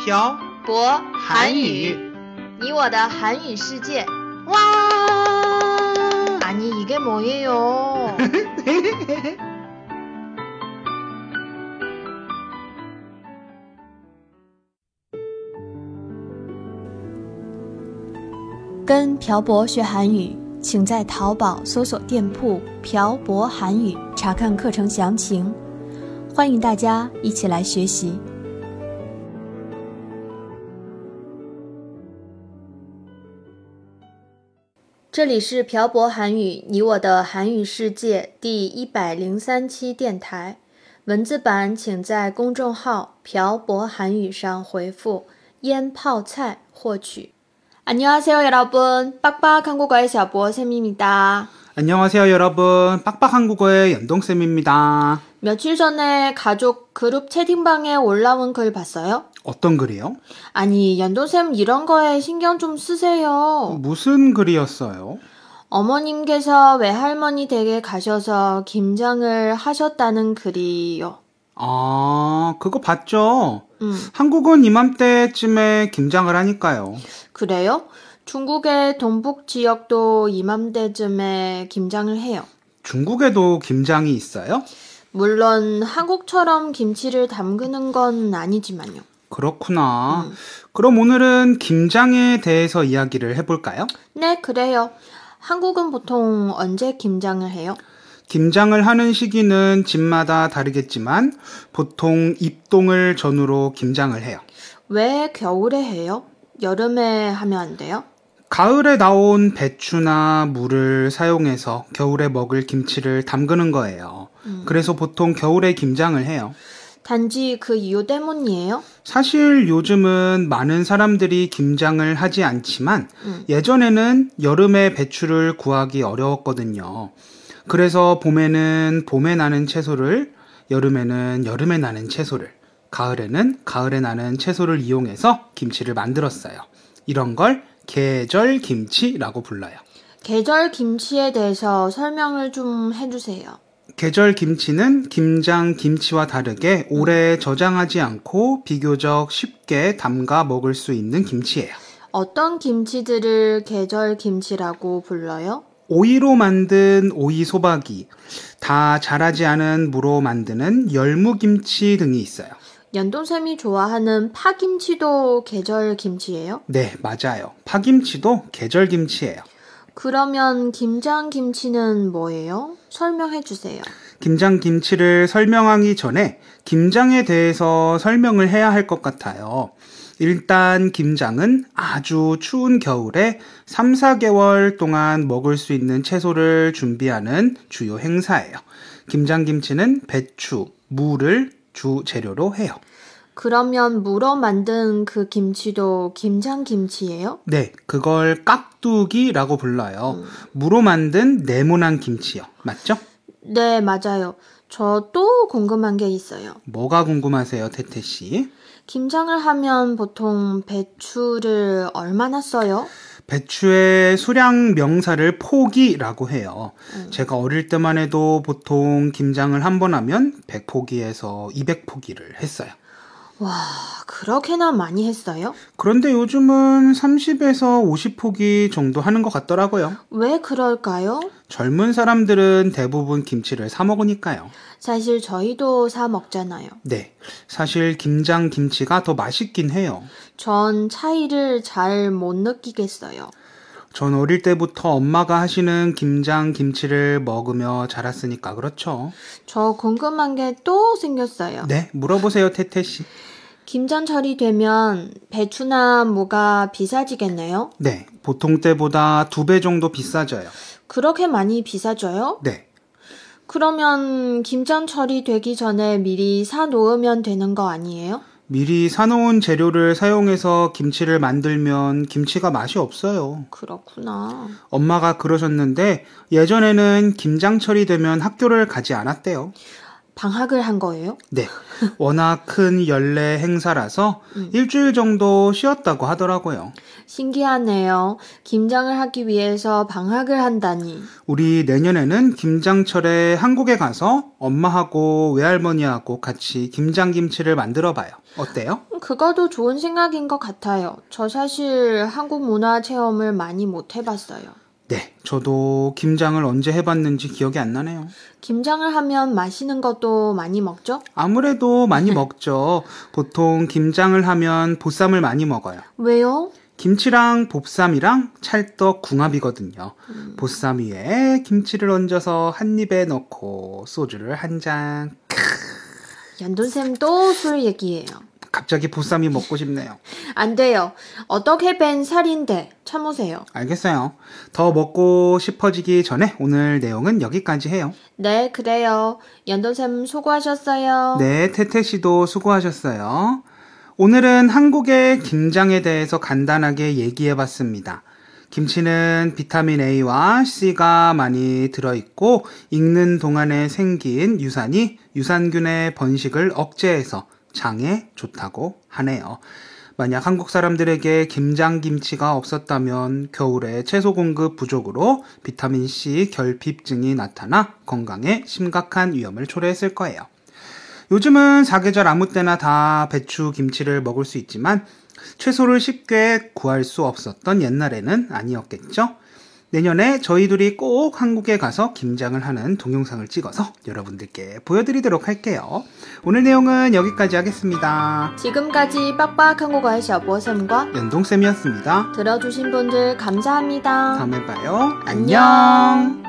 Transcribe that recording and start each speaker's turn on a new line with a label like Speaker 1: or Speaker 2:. Speaker 1: 朴
Speaker 2: 博
Speaker 1: 韩语
Speaker 2: 你我的韩语世界。
Speaker 1: 哇！啊
Speaker 2: 아니 이게 뭐예요?
Speaker 3: 跟朴博学韩语，请在淘宝搜索店铺“朴博韩语”查看课程详情。欢迎大家一起来学习。
Speaker 2: 这里是朴博韩语，你我的韩语世界第一百零三期电台，文字版请在公众号“朴博韩语”上回复“腌泡菜”获取。안녕하세요여러분빡빡한국어의샤보쌤입니다
Speaker 1: 안녕하세요 여러분 빡빡한국어의 연동쌤입니다
Speaker 2: 며칠 전에 가족 그룹 채팅방에 올라온 글 봤어요?
Speaker 1: 어떤 글이요?
Speaker 2: 아니, 연돈쌤 이런 거에 신경 좀 쓰세요.
Speaker 1: 무슨 글이었어요?
Speaker 2: 어머님께서 외할머니 댁에 가셔서 김장을 하셨다는 글이요.
Speaker 1: 아 그거 봤죠?
Speaker 2: 음,
Speaker 1: 한국은 이맘때쯤에 김장을 하니까요
Speaker 2: 그래요? 중국의 동북 지역도 이맘때쯤에 김장을 해요.
Speaker 1: 중국에도 김장이 있어요?
Speaker 2: 물론 한국처럼 김치를 담그는 건 아니지만요.
Speaker 1: 그렇구나
Speaker 2: 음.
Speaker 1: 그럼 오늘은 김장에 대해서 이야기를 해볼까요?
Speaker 2: 네, 그래요. 한국은 보통 언제 김장을 해요?
Speaker 1: 김장을 하는 시기는 집마다 다르겠지만 보통 입동을 전후로 김장을 해요.
Speaker 2: 왜 겨울에 해요? 여름에 하면 안 돼요?
Speaker 1: 가을에 나온 배추나 물을 사용해서 겨울에 먹을 김치를 담그는 거예요. 그래서 보통 겨울에 김장을 해요.
Speaker 2: 단지 그 이유 때문이에요?
Speaker 1: 사실 요즘은 많은 사람들이 김장을 하지 않지만
Speaker 2: 음.
Speaker 1: 예전에는 여름에 배추를 구하기 어려웠거든요. 그래서 봄에는 봄에 나는 채소를, 여름에는 여름에 나는 채소를, 가을에는 가을에 나는 채소를 이용해서 김치를 만들었어요. 이런 걸 계절 김치라고 불러요.
Speaker 2: 계절 김치에 대해서 설명을 좀 해주세요.
Speaker 1: 계절 김치는 김장 김치와 다르게 오래 저장하지 않고 비교적 쉽게 담가 먹을 수 있는 김치예요.
Speaker 2: 어떤 김치들을 계절 김치라고 불러요?
Speaker 1: 오이로 만든 오이 소박이, 다 자라지 않은 무로 만드는 열무김치 등이 있어요.
Speaker 2: 연돈쌤이 좋아하는 파김치도 계절 김치예요?
Speaker 1: 네, 맞아요. 파김치도 계절김치예요.
Speaker 2: 그러면 김장 김치는 뭐예요? 설명해 주세요.
Speaker 1: 김장김치를 설명하기 전에 김장에 대해서 설명을 해야 할 것 같아요. 일단 김장은 아주 추운 겨울에 3, 4개월 동안 먹을 수 있는 채소를 준비하는 주요 행사예요. 김장김치는 배추, 무를 주 재료로 해요.
Speaker 2: 그러면 무로 만든 그 김치도 김장 김치예요?
Speaker 1: 네, 그걸 깍두기라고 불러요. 무로 만든 네모난 김치요. 맞죠?
Speaker 2: 네, 맞아요. 저 또 궁금한 게 있어요.
Speaker 1: 뭐가 궁금하세요, 태태 씨?
Speaker 2: 김장을 하면 보통 배추를 얼마나 써요?
Speaker 1: 배추의 수량 명사를 포기라고 해요.
Speaker 2: 음.
Speaker 1: 제가 어릴 때만 해도 보통 김장을 한 번 하면 100포기에서 200포기를 했어요.
Speaker 2: 와, 그렇게나 많이 했어요?
Speaker 1: 그런데 요즘은 30에서 50포기 정도 하는 것 같더라고요.
Speaker 2: 왜 그럴까요?
Speaker 1: 젊은 사람들은 대부분 김치를 사 먹으니까요.
Speaker 2: 사실 저희도 사 먹잖아요.
Speaker 1: 네. 사실 김장 김치가 더 맛있긴 해요.
Speaker 2: 전 차이를 잘 못 느끼겠어요.
Speaker 1: 전 어릴 때부터 엄마가 하시는 김장 김치를 먹으며 자랐으니까 그렇죠.
Speaker 2: 저 궁금한 게 또 생겼어요.
Speaker 1: 네, 물어보세요, 태태 씨.
Speaker 2: 김장철이 되면 배추나 무가 비싸지겠네요?
Speaker 1: 네, 보통 때보다 두 배 정도 비싸져요.
Speaker 2: 그렇게 많이 비싸져요?
Speaker 1: 네,
Speaker 2: 그러면 김장철이 되기 전에 미리 사 놓으면 되는 거 아니에요?
Speaker 1: 미리 사놓은 재료를 사용해서 김치를 만들면 김치가 맛이 없어요.
Speaker 2: 그렇구나.
Speaker 1: 엄마가 그러셨는데 예전에는 김장철이 되면 학교를 가지 않았대요.
Speaker 2: 방학을 한 거예요?
Speaker 1: 네. 워낙 큰 연례 행사라서 일주일 정도 쉬었다고 하더라고요.
Speaker 2: 신기하네요. 김장을 하기 위해서 방학을 한다니.
Speaker 1: 우리 내년에는 김장철에 한국에 가서 엄마하고 외할머니하고 같이 김장김치를 만들어 봐요. 어때요?
Speaker 2: 그거도 좋은 생각인 것 같아요. 저 사실 한국 문화 체험을 많이 못 해봤어요.
Speaker 1: 네. 저도 김장을 언제 해봤는지 기억이 안 나네요.
Speaker 2: 김장을 하면 마시는 것도 많이 먹죠?
Speaker 1: 아무래도 많이 먹죠. 보통 김장을 하면 보쌈을 많이 먹어요.
Speaker 2: 왜요?
Speaker 1: 김치랑 보쌈이랑 찰떡 궁합이거든요. 보쌈 위에 김치를 얹어서 한 입에 넣고 소주를 한 잔.
Speaker 2: 얀돈쌤 또 술 얘기해요.
Speaker 1: 갑자기 보쌈이 먹고 싶네요.
Speaker 2: 안 돼요. 어떻게 뺀 살인데 참으세요.
Speaker 1: 알겠어요. 더 먹고 싶어지기 전에 오늘 내용은 여기까지 해요.
Speaker 2: 네, 그래요. 연돈쌤 수고하셨어요.
Speaker 1: 네, 태태 씨도 수고하셨어요. 오늘은 한국의 김장에 대해서 간단하게 얘기해 봤습니다. 김치는 비타민 A와 C가 많이 들어있고, 익는 동안에 생긴 유산이 유산균의 번식을 억제해서 장에 좋다고 하네요. 만약 한국 사람들에게 김장 김치가 없었다면 겨울에 채소 공급 부족으로 비타민 C 결핍증이 나타나 건강에 심각한 위험을 초래했을 거예요. 요즘은 사계절 아무 때나 다 배추 김치를 먹을 수 있지만 채소를 쉽게 구할 수 없었던 옛날에는 아니었겠죠? 내년에 저희 둘이 꼭 한국에 가서 김장을 하는 동영상을 찍어서 여러분들께 보여드리도록 할게요. 오늘 내용은 여기까지 하겠습니다.
Speaker 2: 지금까지 빡빡한 고가의 샤보쌤과
Speaker 1: 연동쌤이었습니다.
Speaker 2: 들어주신 분들 감사합니다.
Speaker 1: 다음에 봐요.
Speaker 2: 안녕.